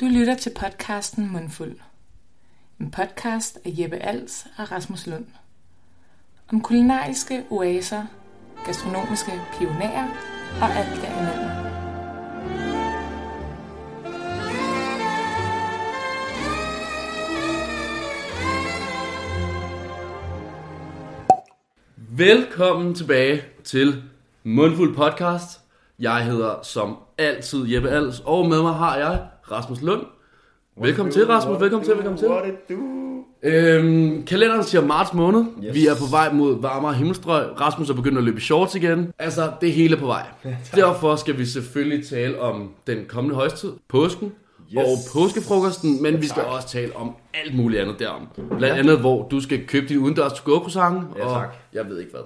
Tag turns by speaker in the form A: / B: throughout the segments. A: Du lytter til podcasten Mundfuld. En podcast af Jeppe Als og Rasmus Lund. Om kulinariske oaser, gastronomiske pionerer og alt derimellem.
B: Velkommen tilbage til Mundfuld Podcast. Jeg hedder som altid Jeppe Als, og med mig har jeg Rasmus Lund. Velkommen til, Rasmus. Velkommen til, velkommen til.
C: What it do?
B: Øhm, kalenderen siger marts måned.
C: Yes.
B: Yes. Vi er på vej mod varmere himmelstrøg. Rasmus er begyndt at løbe i shorts igen. Altså, det hele er på vej. Derfor skal vi selvfølgelig tale om den kommende højstid, påsken yes.
C: Yes.
B: og påskefrokosten, men vi skal også tale om alt muligt andet derom. Blandt andet, hvor du skal købe din udendørs to go
C: Ja,
B: og
C: tak.
B: jeg ved ikke hvad.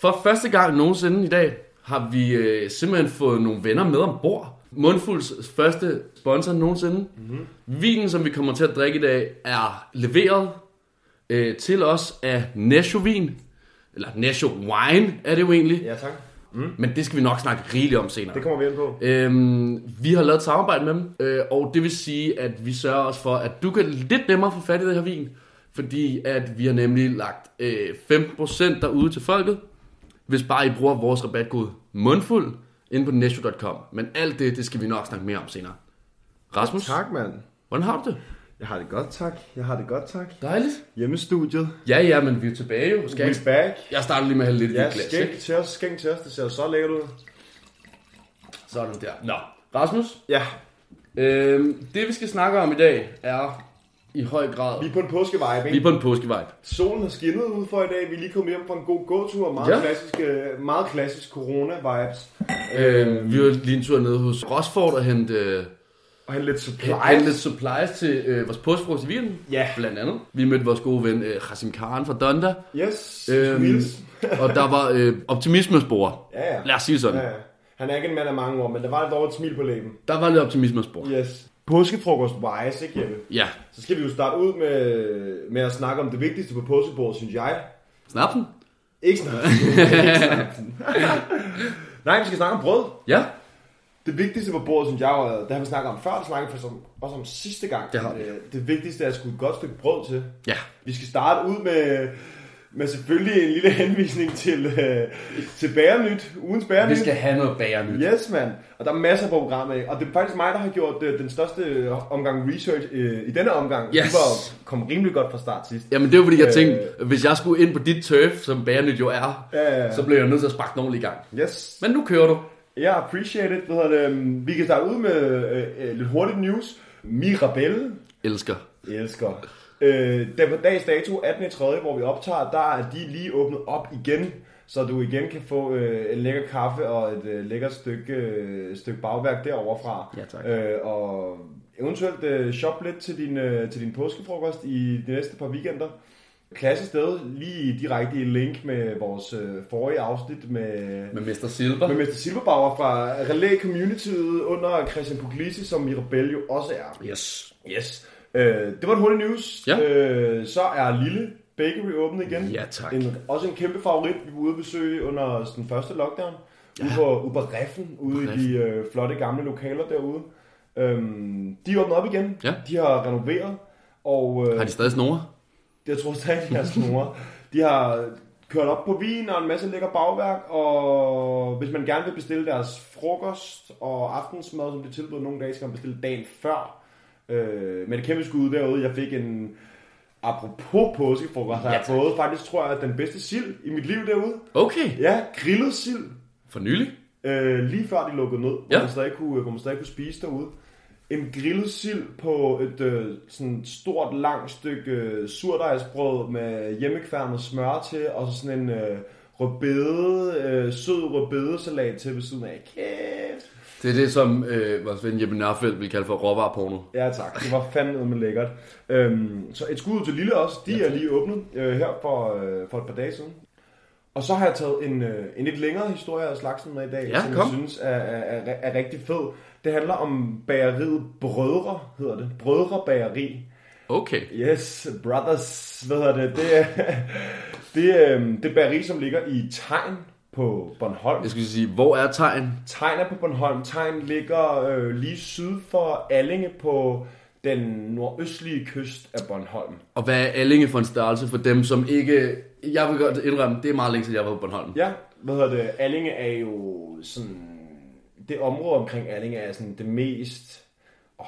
B: For første gang nogensinde i dag har vi øh, simpelthen fået nogle venner med ombord. Mundfulds første sponsor nogensinde. Mm-hmm. Vinen, som vi kommer til at drikke i dag, er leveret øh, til os af Nesho Vin. Eller Nesho Wine er det jo egentlig.
C: Ja, tak.
B: Men det skal vi nok snakke rigeligt om senere.
C: Det kommer vi ind på.
B: Øhm, vi har lavet et samarbejde med dem, øh, og det vil sige, at vi sørger os for, at du kan lidt nemmere få fat i det her vin, fordi at vi har nemlig lagt øh, 15% derude til folket, hvis bare I bruger vores rabatkode mundfuld inde på nesho.com. Men alt det, det skal vi nok snakke mere om senere. Rasmus,
C: Tak, mand.
B: hvordan har du det?
C: Jeg har det godt, tak. Jeg har det godt, tak.
B: Dejligt.
C: Hjemmestudiet.
B: Ja, ja, men vi er tilbage jo. Skal jeg,
C: We back.
B: jeg starter lige med at hælde lidt i
C: Ja,
B: dit glas.
C: skænk
B: ikke?
C: til os, skænk til os. Det ser så lækkert ud.
B: Sådan der. Nå, Rasmus,
C: Ja,
B: øh, det vi skal snakke om i dag er i høj grad...
C: vi er på en påskevibe,
B: Vi er
C: ikke?
B: på en påskevibe.
C: Solen har skinnet ud for i dag. Vi er lige kommet hjem fra en god gåtur. Meget,
B: Ja.
C: ja. klassisk, øh, meget klassisk corona-vibes.
B: Øh, vi var lige en tur nede hos Rosford og hente, øh,
C: Og han lidt supplies.
B: hente lidt supplies til øh, vores påskefrokost i Wien,
C: Ja.
B: blandt andet. Vi mødte vores gode ven øh, Hasim Khan fra Donda,
C: Yes,
B: Øhm,
C: smiles.
B: og der var øh, optimismespor.
C: Ja, ja.
B: Lad os sige sådan.
C: ja, ja. Han er ikke en mand af mange ord, men der var dog et smil på læben.
B: Der var lidt optimismespor.
C: Yes. Påskefrokost-wise, ikke Jeppe?
B: Ja.
C: Så skal vi jo starte ud med, med at snakke om det vigtigste på påskebordet, synes jeg.
B: Snapsen?
C: Ikke snart. Ikke snart. Nej, vi skal snakke om brød.
B: Ja.
C: Det vigtigste på bordet, synes jeg, og det har vi snakket om før, det snakkede vi faktisk om, også om sidste gang.
B: Det har vi.
C: Øh, det vigtigste er at skulle et godt stykke brød til.
B: Ja.
C: Vi skal starte ud med, med selvfølgelig en lille henvisning til, øh, til bærenyt, ugens
B: Vi
C: bærenyt.
B: skal have noget bager nyt.
C: Yes, mand. Og der er masser på programmet, ikke? og det er faktisk mig, der har gjort øh, den største øh, omgang research øh, i denne omgang.
B: Yes.
C: Det var, kom rimelig godt fra start sidst.
B: Jamen det var fordi, jeg
C: Øh.
B: tænkte, hvis jeg skulle ind på dit turf, som bager nyt jo er,
C: Ja, ja, ja.
B: så blev jeg nødt til at sparke den ordentligt i gang.
C: Yes.
B: Men nu kører du.
C: Jeg appreciate it. Hvad hedder det? Øhm, Vi kan starte ud med øh, øh, lidt hurtigt news. Mirabelle
B: Elsker.
C: Jeg elsker. Øh, der på dags dato, 18.3., hvor vi optager, der er de lige åbnet op igen, så du igen kan få øh, en lækker kaffe og et øh, lækkert stykke, øh, stykke bagværk derovre fra.
B: Ja, tak.
C: Øh, og eventuelt øh, shop lidt til din, øh, til din påskefrokost i de næste par weekender. Klasse sted, lige direkte i link med vores øh, forrige afsnit med,
B: Med Mester Silber.
C: med Mester Silberbauer fra Relay Communityet under Christian Puglisi, som Mirabelle jo også er.
B: Yes.
C: Yes. Øh, det var en hurtig news.
B: Ja.
C: Øh, så er Lille Bakery åbnet igen.
B: Ja, tak.
C: En, også en kæmpe favorit, vi var ude at besøge under den første lockdown. Ja. Ude på ude på Reffen, ude i de øh, flotte gamle lokaler derude. Øhm, de er åbnet op igen.
B: Ja.
C: De har renoveret. Og øh,
B: Har de stadig snore?
C: jeg tror stadig, de har snore. De har kørt op på vin og en masse lækker bagværk, og hvis man gerne vil bestille deres frokost og aftensmad, som det tilbyder nogle dage, skal man bestille dagen før. Øh, men det kæmpe skud derude, jeg fik en apropos påskefrokost, har
B: Ja,
C: jeg
B: tak.
C: fået faktisk, tror jeg, den bedste sild i mit liv derude.
B: Okay.
C: Ja, grillet sild.
B: For nylig?
C: Øh, lige før de lukkede ned, hvor,
B: Ja.
C: man stadig kunne, hvor man stadig kunne spise derude. En grillet sild på et øh, sådan stort, langt stykke øh, surdejsbrød med hjemmekværnet smør til, og så sådan en øh, rødbede, øh, sød rødbedesalat til ved siden af. Kæft!
B: Det er det, som øh, vores ven Jeppe Nørfeldt vil kalde for råvareporno.
C: Ja tak, det var fandme med lækkert. Øhm, så et skud ud til Lille også, de er lige åbnet øh, her for, øh, for et par dage siden. Og så har jeg taget en, øh, en lidt længere historie af slagsen med i dag,
B: Ja,
C: som
B: kom.
C: jeg synes er, er, er, er rigtig fed. Det handler om bageriet Brødre, hedder det. Brødre Bageri.
B: Okay.
C: Yes, Brothers, hvad hedder det? Det er, det, er, øhm, det bageri, som ligger i Tegn på Bornholm.
B: Jeg skulle sige, hvor er tegn?
C: Tegn er på Bornholm. Tegn ligger øh, lige syd for Allinge på den nordøstlige kyst af Bornholm.
B: Og hvad er Allinge for en størrelse for dem, som ikke... Jeg vil godt indrømme, det er meget længe siden, jeg var på Bornholm.
C: Ja, hvad hedder det? Allinge er jo sådan... Det område omkring Allinge er sådan det mest åh,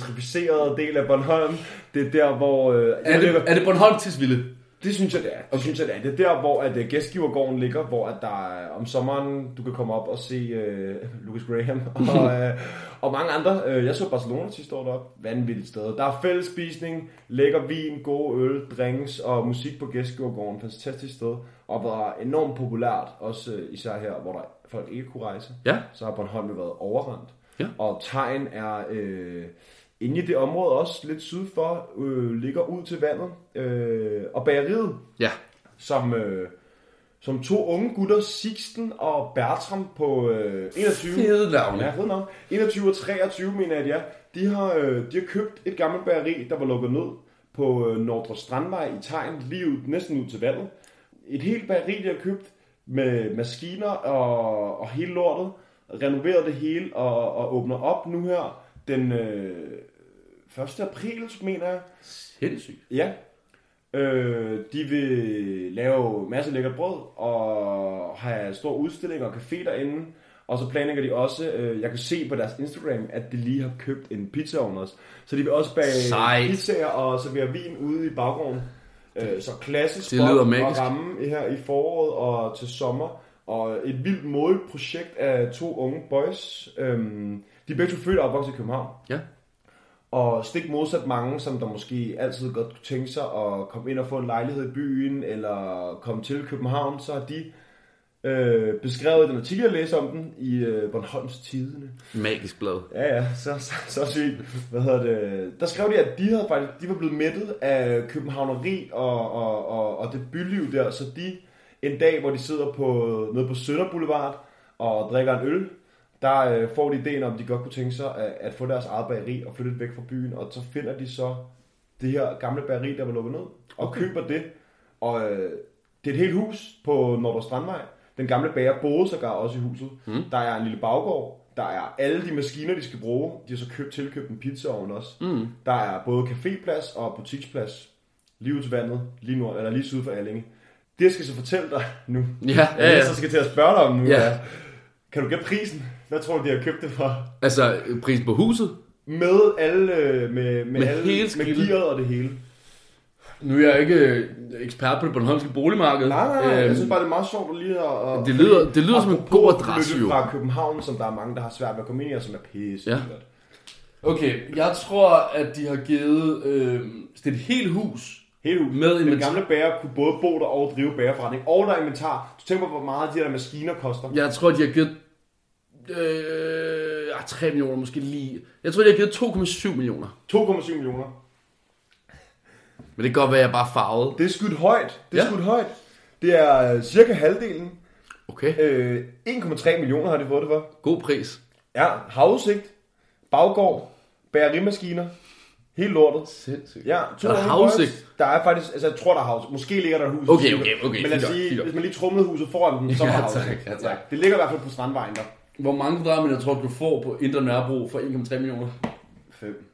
C: gentrificerede del af Bornholm. Det er der, hvor... Øh,
B: Er
C: jeg ved
B: det,
C: ikke,
B: er det Bornholm tidsvilde?
C: Det synes jeg, det er. Det synes jeg, det er. Det er der, hvor at øh, gæstgivergården ligger, hvor at der er- om sommeren, du kan komme op og se øh, Lucas Graham og, øh, og mange andre. Øh, Jeg så Barcelona sidste år deroppe. Vanvittigt sted. Der er fællesspisning, lækker vin, gode øl, drinks og musik på gæstgivergården. Fantastisk sted. Og var enormt populært, også øh, især her, hvor der folk ikke kunne rejse
B: Ja.
C: så har Bornholm jo været overrendt.
B: Ja.
C: Og tegn er øh, inde i det område også lidt syd for, øh, ligger ud til vandet. Øh, og bageriet,
B: Ja.
C: som, øh, som to unge gutter, Sixten og Bertram på øh, 21.
B: Fede navne.
C: Ja, fede navne. 21 og 23, mener jeg, ja. De har, øh, de har købt et gammelt bageri, der var lukket ned på øh, Nordre Strandvej i Tegn, lige ud, næsten ud til vandet. Et helt bageri, de har købt med maskiner og, og hele lortet, renoveret det hele og, og åbner op nu her den øh, 1. april, mener jeg.
B: Sindssygt.
C: Ja. Øh, de vil lave masse lækkert brød og have stor udstilling og café derinde. Og så planlægger de også, øh, jeg kan se på deres Instagram, at de lige har købt en pizzaovn også. Så de vil også bage
B: Sejt.
C: pizzaer og servere vin ude i baggården. Øh, så klassisk
B: Det lyder
C: spot
B: magisk.
C: at ramme her i foråret og til sommer. Og et vildt målprojekt af to unge boys. Øhm, de er begge to født og opvokset i København.
B: Ja.
C: Og stik modsat mange, som der måske altid godt kunne tænke sig at komme ind og få en lejlighed i byen, eller komme til København, så har de øh, beskrevet den artikel, jeg læste om den, i øh, Bornholms Tidene.
B: Magisk blad.
C: Ja, ja, så, så, så sygt. Hvad hedder det? Der skrev de, at de, havde faktisk, de var blevet mættet af københavneri og, og, og, og det byliv der, så de en dag, hvor de sidder på, nede på Sønder Boulevard og drikker en øl, der øh, får de ideen om, de godt kunne tænke sig at, at få deres eget bageri og flytte det væk fra byen, og så finder de så det her gamle bageri, der var lukket ned, og okay. køber det. Og øh, det er et helt hus på Nordre Strandvej. Den gamle bager boede sågar også i huset. Mm. Der er en lille baggård. Der er alle de maskiner, de skal bruge. De har så købt, tilkøbt en pizzaovn også. Mm. Der er både caféplads og butiksplads. Lige ud til vandet, lige, nord, eller lige syd for Allinge. Det, jeg skal så fortælle dig nu,
B: Ja,
C: og
B: ja,
C: det, jeg
B: ja.
C: så skal til at spørge dig om nu,
B: Ja.
C: er, kan du gætte prisen? Hvad tror du, de har købt det for?
B: Altså, prisen på huset.
C: Med alle, øh, med, med,
B: Med
C: alle,
B: hele
C: med
B: skidtet.
C: gearet og det hele.
B: Nu er jeg ikke øh, ekspert på det bornholmske boligmarked.
C: Nej, nej, nej.
B: Øhm,
C: Jeg synes bare, det er meget sjovt at lige at... at-
B: Det lyder- det lyder som en
C: Apropos
B: god adresse,
C: flytte
B: jo.
C: fra København, som der er mange, der har svært ved at komme ind i, og som er pisse.
B: Ja. Okay, jeg tror, at de har givet... Øh, det er et helt hus.
C: Helt ud.
B: Med
C: Den
B: inventar-
C: gamle bager kunne både bo der og drive bagerforretning. Og der er inventar. Du tænker på, hvor meget de der maskiner koster.
B: Jeg tror, de har givet... Øh, ah, 3 millioner måske lige. Jeg tror, de har givet 2,7 millioner.
C: 2,7 millioner.
B: Men det kan godt være, at jeg bare er farvet.
C: Det er skudt højt. Det er
B: Ja.
C: skudt højt. Det er øh, cirka halvdelen.
B: Okay,
C: Øh, 1,3 millioner har de fået det for.
B: god pris.
C: Ja, havudsigt, baggård, bagerimaskiner, hele lortet.
B: Sindssygt.
C: Ja, to
B: Er der
C: unge
B: havudsigt?
C: boys. Der er faktisk, altså jeg tror, der er havs. Måske ligger der et hus.
B: Okay, okay, okay,
C: Men lad
B: fint
C: os
B: nok, fint
C: sige,
B: nok.
C: hvis man lige trummede huset foran den, så var
B: Ja,
C: der
B: tak,
C: havs.
B: ja, tak.
C: Det ligger i hvert fald på strandvejen der.
B: Hvor mange kvadratmeter tror du, du får på Indre Nørrebro for 1,3 millioner?
C: Fem.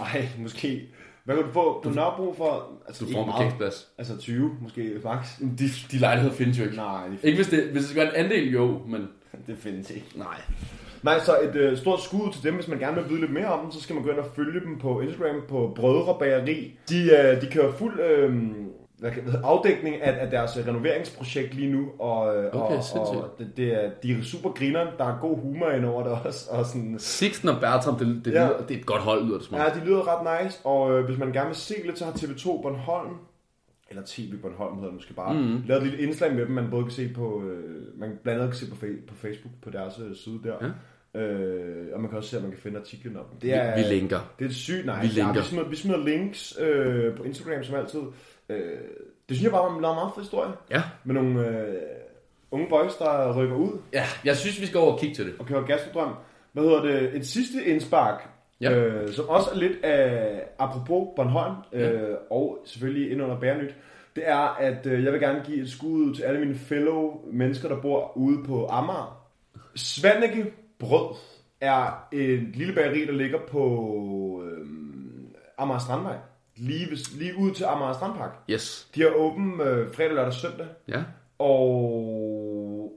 C: Nej, måske. Hvad kan du få på Nørrebro for? Altså,
B: Du
C: ikke
B: får en
C: meget.
B: parkeringsplads.
C: Altså 20, måske max.
B: De, de lejligheder findes jo ikke.
C: Nej, det,
B: Ikke hvis det, hvis det skal være en andel, jo, men
C: det findes ikke.
B: nej.
C: Nej, så et øh, stort skud til dem, hvis man gerne vil vide lidt mere om dem, så skal man gå ind og følge dem på Instagram på Brødre Bageri. De, øh, de kører fuld øh, hvad kan, hvad hedder- afdækning af, af deres øh, renoveringsprojekt lige nu, og, øh,
B: Okay,
C: og,
B: sindssygt.
C: og det, det er, de er super grineren, der er god humor ind over det også, og sådan,
B: Sixten og Bertram, det, det,
C: Ja.
B: ja. lyder, det er et godt hold, lyder det som om.
C: ja, de lyder ret nice, og øh, hvis man gerne vil se lidt, så har TV2 Bornholm, eller TV Bornholm hedder det måske bare, mm. lavet et lille indslag med dem, man både kan se på, øh, man blandt andet kan se på, fe- på Facebook, på deres øh, side der, ja. øh, og man kan også se, at man kan finde artiklen om dem. Det er,
B: Vi, vi linker.
C: Det er sygt nice.
B: Vi linker.
C: Ja, vi, smider, vi smider links øh, på Instagram som altid. Øh, det synes jeg bare var en meget, meget fed historie.
B: Ja.
C: Med nogle øh, unge boys, der rykker ud
B: ja, jeg synes, vi skal over og kigge til det.
C: og kører gastrodrøm. Hvad hedder det? Et sidste indspark,
B: Ja.
C: øh, som også er lidt af apropos Bornholm, øh, og selvfølgelig ind under Bærnyt. det er, at øh, jeg vil gerne give et skud til alle mine fellow mennesker, der bor ude på Amager. Svanike Brød er et lille bageri, der ligger på øh, Amager Strandvej. Lige, ved, lige ud til Amager Strandpark.
B: Yes.
C: De har åben øh, fredag, lørdag og søndag.
B: Ja.
C: Og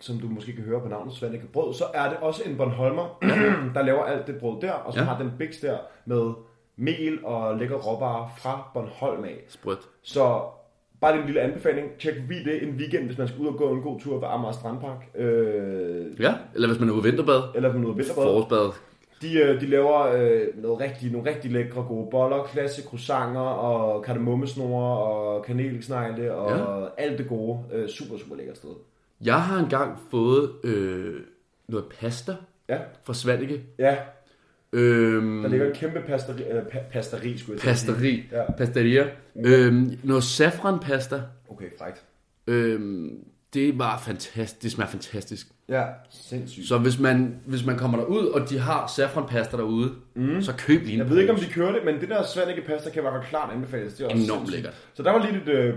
C: som du måske kan høre på navnet Svanike Brød, så er det også en Bornholmer, der laver alt det brød der, og som
B: Ja.
C: ja. har den biks der med mel og lækker råvarer fra Bornholm af.
B: Sprødt.
C: Så bare lige en lille anbefaling. Tjek vi det en weekend, hvis man skal ud og gå en god tur ved Amager Strandpark. Øh,
B: Ja. Eller hvis man er ude vinterbad.
C: eller på noget vinterbad.
B: Forårsbad.
C: De, øh, de laver øh, noget rigtig, nogle rigtig lækre gode boller, klasse croissanter og kardemommesnore og kanelsnegle og ja. alt det gode. Øh, super, super lækkert sted.
B: Jeg har engang fået øh, noget pasta
C: Ja,
B: fra Svanike.
C: ja.
B: Øhm,
C: Der ligger et kæmpe pasteri, øh, pa- pasteri skulle jeg til at sige.
B: pasteri.
C: Ja.
B: Pasteria. Øhm, noget saffranpasta.
C: Okay, frækt.
B: Øhm, det var fantastisk. Det smager fantastisk.
C: Ja, sindssygt.
B: Så hvis man, hvis man kommer derud, og de har saffranpasta derude, mm. så køb lige en
C: Jeg ved ikke, om
B: pose.
C: de kører det, men det der svenske pasta kan være klart anbefales. Det er også
B: Enormt
C: sindssygt.
B: lækkert.
C: Så der var lige lidt, øh,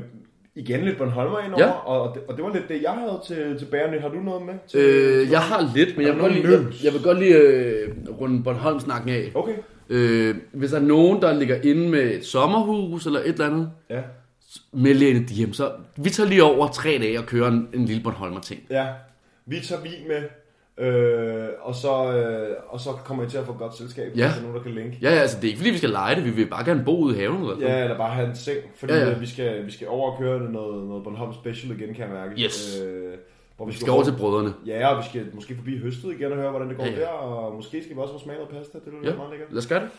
C: igen lidt Bornholmer indover,
B: Ja.
C: ja. og, det, og det var lidt det, jeg havde til, til bagerne. Har du noget med? Til,
B: Øh, jeg har lidt, men jeg vil godt lige, jeg, jeg vil godt lige øh, runde Bornholm-snakken af.
C: Okay.
B: Øh, hvis der er nogen, der ligger inde med et sommerhus eller et eller andet,
C: Ja.
B: meld jer ind i DM. Så vi tager lige over tre dage og kører en, en lille Bornholmer-ting.
C: ja. Vi tager vin med, øh, og, så, øh, og så kommer I til at få godt selskab, hvis
B: Ja.
C: der er nogen, der kan linke.
B: Ja, ja, altså det er ikke fordi, vi skal lege det. Vi vil bare gerne bo ude i haven. Eller sådan.
C: Ja, eller bare have en seng, fordi
B: Ja,
C: ja,
B: ja.
C: ja. Vi, skal, vi skal over og køre noget, noget Bornholm Special igen, kan jeg mærke.
B: Yes.
C: Øh, hvor vi
B: Vi skal over til brødrene.
C: Ja, og vi skal måske forbi høstet igen og høre, hvordan det går
B: Ja,
C: ja,
B: ja.
C: ja. der, og måske skal vi også få smag noget pasta. Det lyder
B: Ja,
C: ja. meget lækkert.
B: lad os gøre det.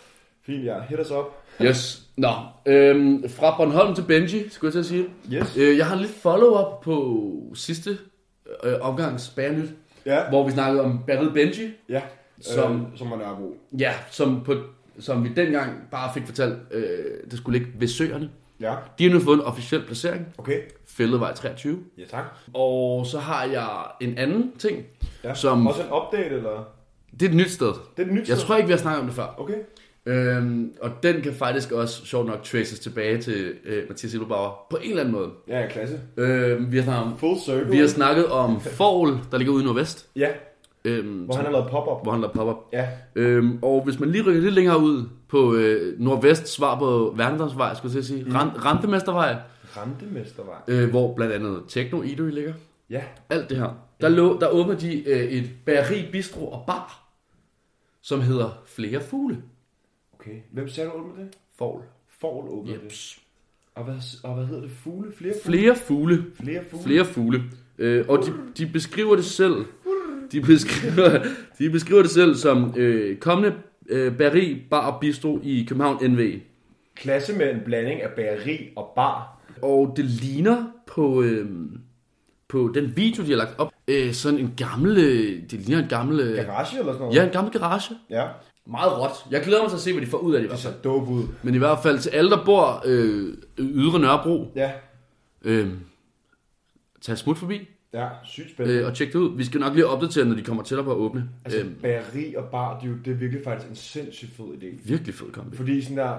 C: Fint, ja. Hit os op.
B: Yes. Nå, øhm, fra Bornholm til Benji, skulle jeg til at sige.
C: Yes.
B: Øh, jeg har lidt follow-up på sidste øh, omgang Spærnyt,
C: Ja.
B: hvor vi snakkede om Battle Benji,
C: Ja,
B: Som-
C: som, øh, som er Nørrebro.
B: ja, som, på, som vi dengang bare fik fortalt, øh, det skulle ligge ved søerne.
C: Ja,
B: De har nu fået en officiel placering,
C: okay.
B: Fælledvej 23.
C: Ja, tak.
B: Og så har jeg en anden ting.
C: Ja.
B: Som-
C: Også en update, eller?
B: Det er et nyt sted.
C: Det er et nyt
B: Jeg
C: sted.
B: tror ikke, vi har snakket om det før.
C: Okay.
B: Øhm, og den kan faktisk også, sjovt nok, traces tilbage til øh, Mathias Hillebauer på en eller anden måde.
C: Ja, ja, klasse.
B: Øhm, vi, har snakket om,
C: Full circle.
B: vi har snakket om Forl, der ligger ude i Nordvest,
C: Ja,
B: øhm,
C: hvor han har lavet pop-up.
B: hvor han lader pop-up.
C: Ja,
B: Øhm, og hvis man lige rykker lidt længere ud på øh, nordvest, svar på Værnedamsvej, skulle jeg til at sige, mm. Rentemestervej,
C: Rentemestervej.
B: øh, hvor blandt andet Tekno Idø ligger,
C: Ja,
B: alt det her. Der, lå, der åbner de øh, et bageri, bistro og bar, som hedder Flere Fugle.
C: okay. Hvem sagde du åbne det?
B: Forl.
C: Forl åbner det.
B: Jeps.
C: Og hvad, og hvad hedder det? Fugle? Flere fugle?
B: Flere fugle.
C: Flere fugle?
B: Flere fugle. Øh, og de, de beskriver det selv. De beskriver, de beskriver det selv som øh, kommende øh, bageri, bar og bistro i København NV.
C: Klasse med en blanding af bageri og bar.
B: Og det ligner på, øh, på den video, de har lagt op, øh, sådan en gammel, øh, det ligner en gammel, øh,
C: Garage eller sådan noget?
B: ja, en gammel garage.
C: ja.
B: Meget råt. Jeg glæder mig til at se, hvad de får ud af det. i
C: Det
B: hvert fald.
C: ser dope ud.
B: Men i hvert fald til alle, der bor øh, ydre Nørrebro,
C: Ja,
B: øh, tag et smut forbi
C: ja. Sygt spændende.
B: øh, og tjek det ud. Vi skal nok lige opdatere, når de kommer tættere på at åbne.
C: altså,
B: Øh,
C: bageri og bar, det er jo det er virkelig faktisk en sindssygt fed idé.
B: virkelig fed kombi.
C: Fordi sådan der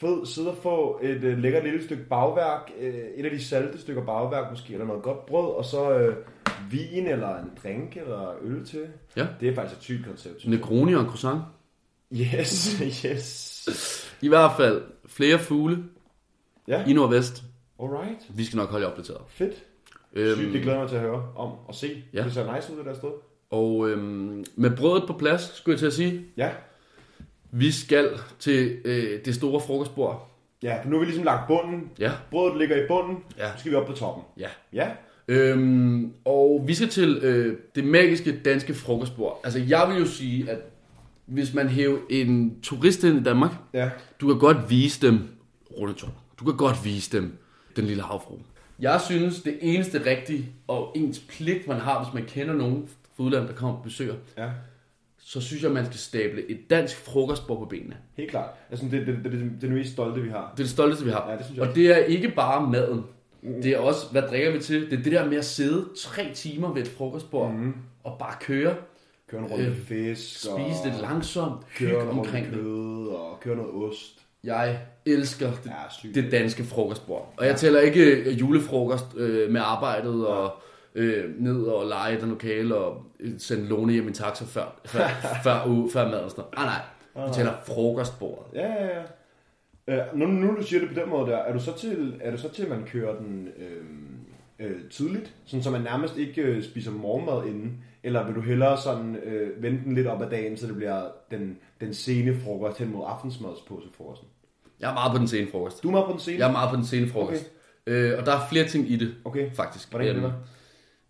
C: fed sidde og få et øh, lækkert lille stykke bagværk, øh, et af de salte stykker bagværk måske, eller noget godt brød, og så øh, vin eller en drink eller øl til.
B: Ja.
C: Det er faktisk et sygt koncept. synes jeg.
B: Negroni og en croissant.
C: Yes, yes.
B: I hvert fald flere fugle
C: Ja,
B: i Nordvest.
C: alright.
B: Vi skal nok holde jer opdateret.
C: Fedt. Sygt, det
B: Øhm,
C: glæder jeg mig til at høre om og se.
B: ja.
C: Ja. Det ser nice ud, det der sted.
B: og øhm, med brødet på plads, skulle jeg til at sige,
C: Ja.
B: Vi skal til øh, det store frokostbord.
C: Ja, for nu har vi ligesom lagt bunden.
B: Ja.
C: Brødet ligger i bunden.
B: Ja.
C: Nu skal vi op på toppen.
B: Ja.
C: Ja.
B: Øhm, og vi skal til øh, det magiske danske frokostbord. Altså, jeg vil jo sige, at hvis man hæver en turist ind i Danmark,
C: Ja.
B: du kan godt vise dem rundetår. Du kan godt vise dem den lille havfru. Jeg synes, det eneste rigtige og ens pligt, man har, hvis man kender nogen fra udlandet, der kommer og besøger,
C: Ja.
B: så synes jeg, man skal stable et dansk frokostbord på benene.
C: Helt klart. Altså, det, det, det, det, det er det mest stolte, vi har.
B: Det er det stolteste, vi har.
C: Ja, det synes jeg
B: og det er ikke bare maden. Det er også, hvad drikker vi til? Det er det der med at sidde tre timer ved et frokostbord
C: Mhm.
B: mm. og bare køre,
C: Køre en runde
B: Øh,
C: fisk.
B: spise
C: og...
B: lidt langsomt,
C: Køre
B: hygge
C: noget
B: omkring
C: omkring
B: det.
C: kød og køre noget ost.
B: Jeg elsker det,
C: Ja, sygt.
B: det danske frokostbord. Og jeg tæller ikke øh, julefrokost øh, med arbejdet og øh, ned og lege i den lokale og øh, sende Lone hjem i en taxa før, før, før, uge, før mad og sådan noget. Ah, nej, vi tæller frokostbordet.
C: Ja, ja, ja. Øh, nu, nu du siger det på den måde der, er du så til, er du så til at man kører den øh, øh, tidligt, sådan så man nærmest ikke øh, spiser morgenmad inden, eller vil du hellere sådan øh, vente den lidt op ad dagen, så det bliver den, den sene frokost hen mod aftensmadspåsefrokosten?
B: Jeg er meget på den sene frokost.
C: Du er meget på den sene?
B: Jeg er meget på den sene frokost. Okay. Øh, og der er flere ting i det,
C: Okay.
B: faktisk.
C: Hvordan kan det
B: Øhm,
C: være?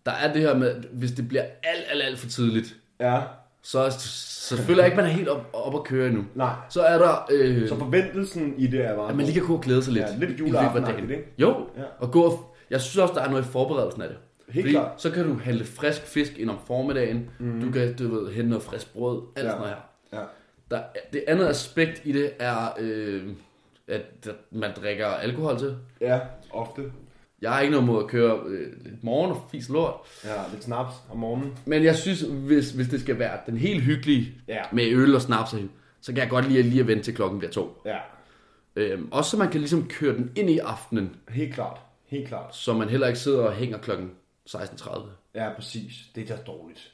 B: Der er det her med, at hvis det bliver alt, alt, alt for tidligt,
C: Ja,
B: så, så føler jeg ikke, man er helt op, op at køre endnu.
C: nej.
B: Så er der, øh,
C: Så forventelsen i det er bare...
B: at man lige kan gå og glæde sig lidt.
C: Ja, lidt
B: i dagen.
C: juleaftenagtigt, ikke?
B: Jo,
C: Ja.
B: og gå og, jeg synes også, der er noget i forberedelsen af det.
C: Helt klart. Mhm.
B: så kan du handle frisk fisk ind om formiddagen, mm. du kan du ved, hente noget frisk brød, alt ja.
C: Ja.
B: sådan noget her.
C: Ja.
B: Der, det andet aspekt i det er, øh, at man drikker alkohol til.
C: ja, ofte.
B: Jeg har ikke noget mod at køre øh, lidt morgen og fisk lort.
C: Ja, lidt snaps om morgenen.
B: Men jeg synes, hvis, hvis det skal være den helt hyggelige
C: Ja.
B: med øl og snaps, og hygge, så kan jeg godt lide at, lige at vente til klokken bliver to.
C: Ja,
B: Øhm, også så man kan ligesom køre den ind i aftenen,
C: helt klart. Helt klart.
B: så man heller ikke sidder og hænger klokken 16.30.
C: Ja, præcis. Det er da dårligt.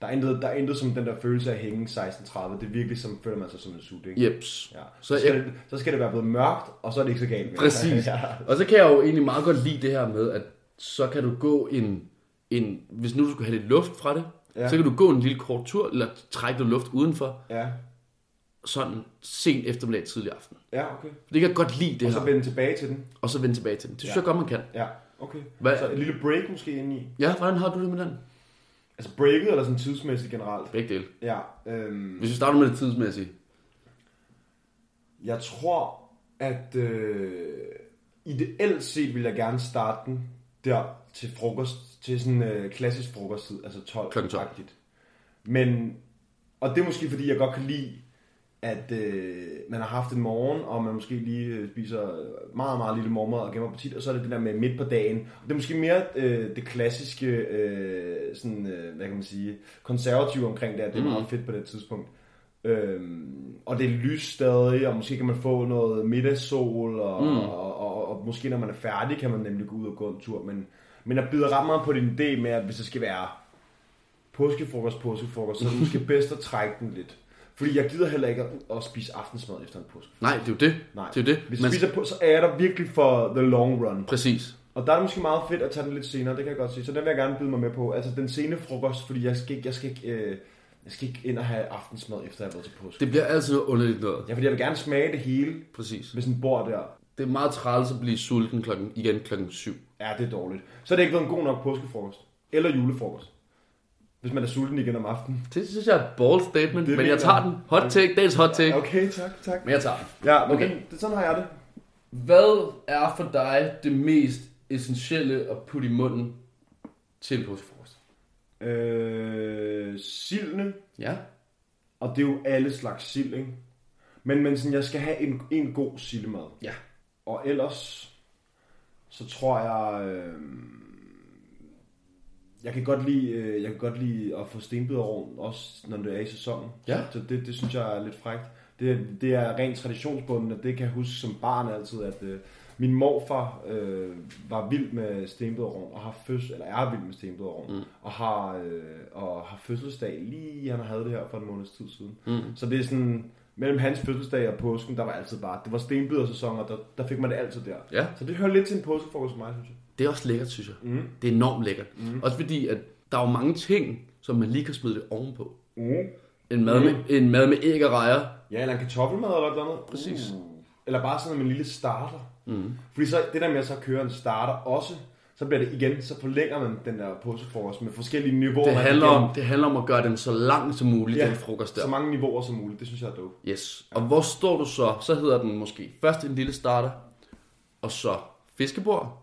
C: Der er, intet, der er intet som den der følelse af at hænge 16.30. Det er virkelig som, føler man sig som en sut, ikke?
B: Jeps.
C: Ja.
B: Så
C: Så, skal
B: jeg-
C: det, så skal det være blevet mørkt, og så er det ikke så galt. mere.
B: Præcis.
C: Ja.
B: Og så kan jeg jo egentlig meget godt lide det her med, at så kan du gå en, en hvis nu du skulle have lidt luft fra det,
C: Ja.
B: ja. så kan du gå en lille kort tur, eller trække noget luft udenfor,
C: ja.
B: sådan sent eftermiddag, tidlig aften.
C: Ja, okay.
B: Det kan jeg godt lide det
C: Og
B: og
C: så
B: her,
C: vende tilbage til den.
B: og så vende tilbage til den. Det synes
C: Ja.
B: ja. jeg godt, man kan.
C: Ja, okay.
B: Hvad-
C: Så et lille break måske ind i.
B: Ja, hvordan har du det med den?
C: Altså breaket eller sådan tidsmæssigt generelt.
B: Begge dele.
C: Ja, øhm,
B: Hvis vi starter med det tidsmæssige.
C: jeg tror, at øh, ideelt set vil jeg gerne starte den der til frokost, til sådan øh, klassisk frokosttid, altså 12.
B: Klokken 12.
C: -agtigt. Men, og det er måske fordi, jeg godt kan lide, at øh, man har haft en morgen, og man måske lige øh, spiser meget, meget lille morgenmad og gemmer appetit, og så er det det der med midt på dagen. Og det er måske mere øh, det klassiske, øh, sådan, øh, hvad kan man sige, konservative omkring det, at det er meget fedt på det tidspunkt. Øhm, og det er lys stadig, og måske kan man få noget middagssol, og, mm. og, og, og måske når man er færdig, kan man nemlig gå ud og gå en tur. Men, men jeg bider ret meget på din idé med, at hvis det skal være påskefrokost, påskefrokost, så er det måske bedst at trække den lidt. Fordi jeg gider heller ikke at, at spise aftensmad efter en påske.
B: Nej, det er jo det.
C: Nej.
B: Det er jo det.
C: Hvis
B: Man-
C: jeg spiser på, så er jeg der virkelig for the long run.
B: Præcis.
C: Og der er det måske meget fedt at tage den lidt senere, det kan jeg godt sige. Så den vil jeg gerne byde mig med på. Altså den sene frokost, fordi jeg skal ikke, jeg skal ikke, øh, jeg skal ikke ind og have aftensmad efter jeg har været til påske.
B: Det bliver altid noget underligt noget.
C: Ja, fordi jeg vil gerne smage det hele
B: Præcis.
C: med sådan en bord der.
B: Det er meget træls at blive sulten klokken, igen klokken 7.
C: Ja, det er dårligt. Så er det ikke været en god nok påskefrokost. Eller julefrokost. Hvis man er sulten igen om aftenen.
B: Det synes jeg er et bold statement,
C: Det
B: men jeg
C: mener
B: tager
C: jeg.
B: den. Hot take, dagens hot take.
C: Okay, tak, tak.
B: Men jeg tager den.
C: Ja, men
B: Okay.
C: okay. det, sådan har jeg det.
B: Hvad er for dig det mest essentielle at putte i munden til en påskefrokost?
C: Øh, sildene,
B: Ja.
C: og det er jo alle slags sild, ikke? Men, men sådan, jeg skal have en, en god sildemad.
B: Ja.
C: Og ellers, så tror jeg, øh, jeg kan godt lide, øh, jeg kan godt lide at få stenbiderrovn, også når det er i sæsonen.
B: Ja.
C: Så det, det synes jeg er lidt frækt. Det, det er rent traditionsbunden, og det kan jeg huske som barn altid, at øh, min morfar øh, var vild med stenbiderrovn, og har føds, eller er vild med stenbiderrovn, mm. og, har, øh, og har fødselsdag lige, han havde det her for en måneds tid siden. Mm. Så det er sådan, mellem hans fødselsdag og påsken, der var altid bare, det var stenbidersæson, og der, der fik man det altid der.
B: Ja.
C: Så det hører lidt til en påskefrokost for mig, synes jeg.
B: Det er også lækkert, synes jeg. Mm. Det er enormt lækkert. Mm. Også fordi, at der er jo mange ting, som man lige kan smide det ovenpå.
C: Mm.
B: En mad, med, en mad med æg og rejer.
C: Ja, eller en kartoffelmad eller noget andet.
B: Præcis.
C: Uh. Eller bare sådan en lille starter. Mm. Fordi så, det der med at så køre en starter også, så bliver det igen, så forlænger man den der påskefrokost med forskellige niveauer.
B: Det
C: man
B: handler,
C: kan
B: om, det handler om at gøre den så lang som muligt,
C: gennem-
B: ja. den frokost
C: Så
B: der.
C: mange niveauer som muligt, det synes jeg er dope.
B: Yes. Og hvor står du så? Så hedder den måske først en lille starter, og så fiskebord.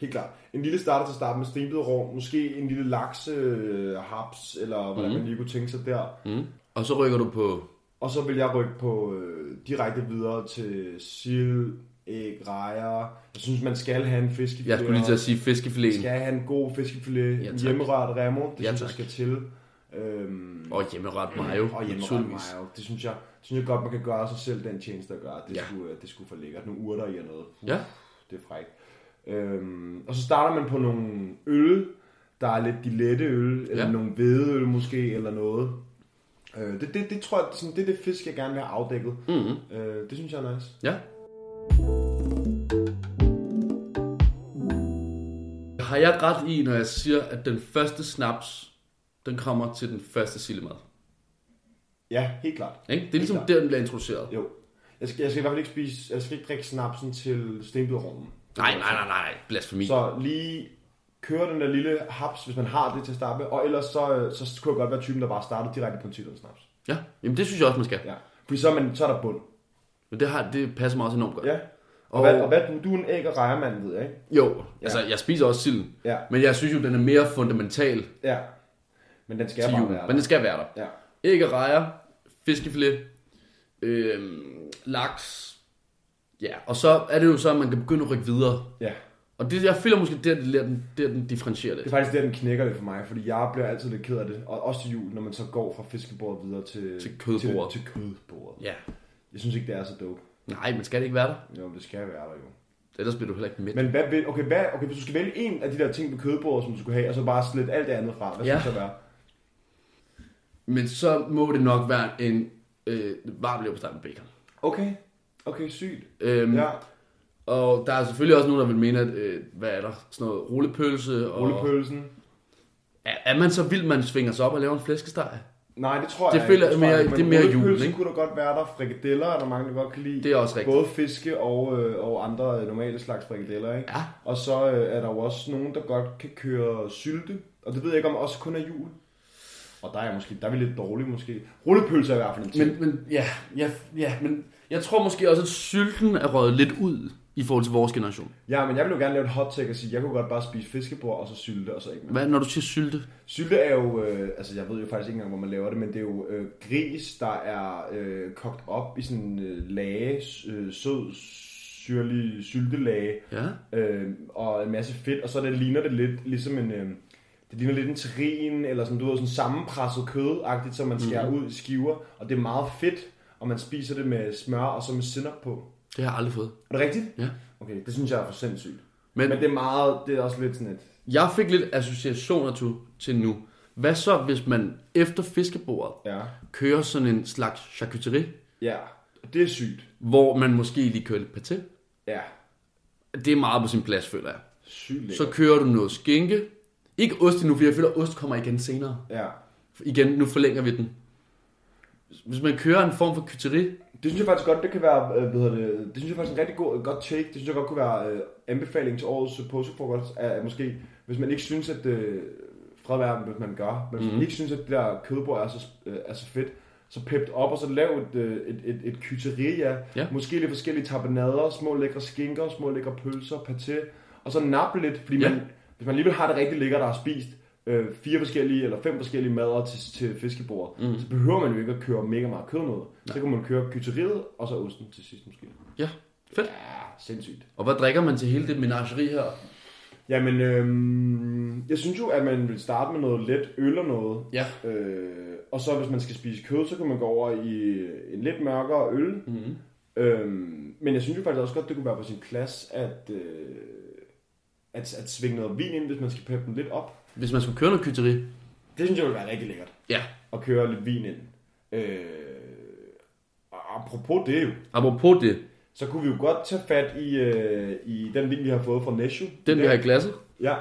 C: Helt klart. En lille starter til at starte med stenbid rå, måske en lille lakse, øh, haps, eller hvordan mm. man lige kunne tænke sig der.
B: Mm. Og så rykker du på...
C: Og så vil jeg rykke på øh, direkte videre til sild, æg, rejer. Jeg synes, man skal have en fiskefilet.
B: Jeg skulle lige til at sige
C: skal
B: fiskefiléen.
C: have en god fiskefilet,
B: Ja,
C: ja,
B: tak.
C: hjemmerørt remo, det
B: Ja,
C: ja, synes jeg
B: tak.
C: skal til. Øhm,
B: Og hjemmeret mayo.
C: og hjemmeret
B: naturligvis.
C: mayo. Det synes jeg, synes jeg godt, man kan gøre sig selv den tjeneste at gøre. Det,
B: Ja.
C: ja. skulle, øh, det skulle for lækkert. Nogle urter i og noget. Puh,
B: Ja.
C: Det er frækt. Øhm, og så starter man på nogle øl, der er lidt de lette øl, eller
B: Ja.
C: ja. nogle hvedeøl måske, eller noget. Øh, det, det, det tror jeg, sådan, det er det fisk, jeg gerne vil have afdækket.
B: Mhm.
C: Mm-hmm. Øh, det synes jeg er nice.
B: Ja. Har jeg ret i, når jeg siger, at den første snaps, den kommer til den første sillemad?
C: Ja, helt klart.
B: Ikke? Det er ligesom
C: klart.
B: der, den bliver introduceret.
C: Jo. Jeg skal, jeg skal i hvert fald ikke spise, jeg skal ikke drikke snapsen til stenbidrummen.
B: Nej, nej, nej, nej. Blasfemi.
C: Så lige køre den der lille haps, hvis man har det til at starte med, og ellers så, øh, så kunne jeg godt være typen, der bare startede direkte på en titlen snaps.
B: Ja, jamen det synes jeg også, man skal.
C: Ja. Fordi så er, man, så er der bund.
B: Men det, har, det passer mig også enormt godt.
C: Ja. Og,
B: Og-
C: og, hvad, og hvad, du, du er en æg- og rejermand, ved jeg, ikke?
B: Jo, altså jeg spiser også silden.
C: Ja.
B: Men jeg synes jo, den er mere fundamental
C: Ja. Men den skal
B: til
C: bare
B: julen.
C: være
B: Men
C: der.
B: den skal være der.
C: Ja.
B: Æg og rejer, fiskefilet, øh, laks. Ja, og så er det jo så, at man kan begynde at rykke videre.
C: ja.
B: Og det, jeg føler måske, der, der, den, der den differentierer
C: Det
B: lidt.
C: er faktisk der, den knækker lidt for mig, fordi jeg bliver altid lidt ked af det. Og også til jul, når man så går fra fiskebordet videre til,
B: Til kødbordet.
C: Til, til kødbordet.
B: Ja.
C: Jeg synes ikke, det er så dope.
B: Nej, men skal det ikke være der?
C: Jo, det skal være der jo.
B: Ellers bliver du heller ikke med.
C: Men hvad, vil- okay, hvad, okay, hvis du skal vælge en af de der ting på kødbordet, som du skulle have, og så bare slette alt det andet fra, hvad
B: Ja.
C: ja. skulle det så være?
B: Men så må det nok være en øh, varm leverpostej med bacon.
C: Okay, okay, sygt.
B: Øhm,
C: Ja,
B: Og der er selvfølgelig også nogen, der vil mene, at øh, hvad er der? Sådan noget rullepølse. Og...
C: rullepølsen.
B: Er, er man så vild, man svinger sig op og laver en flæskesteg?
C: Nej, det tror
B: Det
C: jeg
B: føler
C: ikke.
B: jeg
C: tror
B: mere-
C: ikke, men
B: det er mere jul,
C: rullepølsen
B: ikke?
C: kunne der godt være der. Frikadeller er der mange, der godt kan lide.
B: Det er også rigtigt.
C: Både fiske og, øh, og andre øh, normale slags frikadeller, ikke?
B: Ja.
C: Og så øh, er der jo også nogen, der godt kan køre sylte. Og det ved jeg ikke, om også kun er jul. Og der er jeg måske, der er vi lidt dårlige måske. Rullepølse er i hvert fald en ting.
B: Men, men ja, ja, ja, men jeg tror måske også, at sylten er røget lidt ud i forhold til vores generation.
C: Ja, men jeg vil jo gerne lave et hot take og sige, jeg kunne godt bare spise fiskebord og så sylte og så ikke mere.
B: Hvad når du siger sylte?
C: Sylte er jo, øh, altså jeg ved jo faktisk ikke engang, hvor man laver det, men det er jo øh, gris, der er øh, kogt op i sådan øh, lage, øh, sød, syrlig syltelage,
B: Ja.
C: øh, og en masse fedt, og så det, ligner det lidt ligesom en, øh, det ligner lidt en terrin, eller sådan, du ved, sådan sammenpresset kød-agtigt, som man skærer mm. ud i skiver, og det er meget fedt, og man spiser det med smør og så med sennep på.
B: Det har jeg aldrig fået.
C: Er det rigtigt?
B: Ja.
C: Okay, det synes jeg er for sindssygt.
B: Men-
C: Men, men det er meget, det er også lidt sådan et,
B: Jeg fik lidt associationer til, til nu. Hvad så, hvis man efter fiskebordet
C: ja,
B: kører sådan en slags charcuterie,
C: ja, det er sygt,
B: hvor man måske lige kører lidt paté?
C: ja.
B: Det er meget på sin plads, føler jeg.
C: Sygt lækkert.
B: Så kører du noget skinke. Ikke ost endnu, fordi jeg føler, at ost kommer igen senere.
C: Ja.
B: Igen, nu forlænger vi den. Hvis man kører en form for kyteri,
C: Det synes jeg faktisk godt, det kan være, øh, hvad hedder det, det synes jeg faktisk er en rigtig god, godt take. Det synes jeg godt kunne være øh, anbefaling til årets øh, påskefrokost, er, at måske, hvis man ikke synes, at øh, fred være, hvad man gør, men
B: Mhm.
C: hvis man ikke synes, at det der kødbord er så, øh, er så fedt, så pept op, og så lav et, øh, et, et, et kytteria.
B: Ja.
C: Måske lidt forskellige tabernader, små lækre skinker, små lækre pølser, paté, og så nappe lidt, fordi
B: Ja.
C: ja. man, hvis man alligevel har det rigtig lækkert, der har spist øh, fire forskellige eller fem forskellige mader til, til fiskebordet, mm. så behøver man jo ikke at køre mega meget kød med. Så kan man køre kytteriet og så osten til sidst måske.
B: ja, fedt.
C: Ja, sindssygt.
B: Og hvad drikker man til hele det menageri her?
C: Jamen, øh, jeg synes jo, at man vil starte med noget let øl og noget.
B: Ja.
C: Øh, og så hvis man skal spise kød, så kan man gå over i en lidt mørkere øl. Mm. Øhm, men jeg synes jo faktisk også godt, det kunne være på sin plads at, øh, at, at svinge noget vin ind, hvis man skal peppe den lidt op.
B: Hvis man skulle køre noget kyteri,
C: Det synes jeg ville være rigtig lækkert.
B: ja.
C: At køre lidt vin ind. Øh, og apropos det jo,
B: Apropos det,
C: så kunne vi jo godt tage fat i, øh, i den vin, vi har fået fra Neshu.
B: den vi
C: Ja.
B: har i glasset.
C: Ja,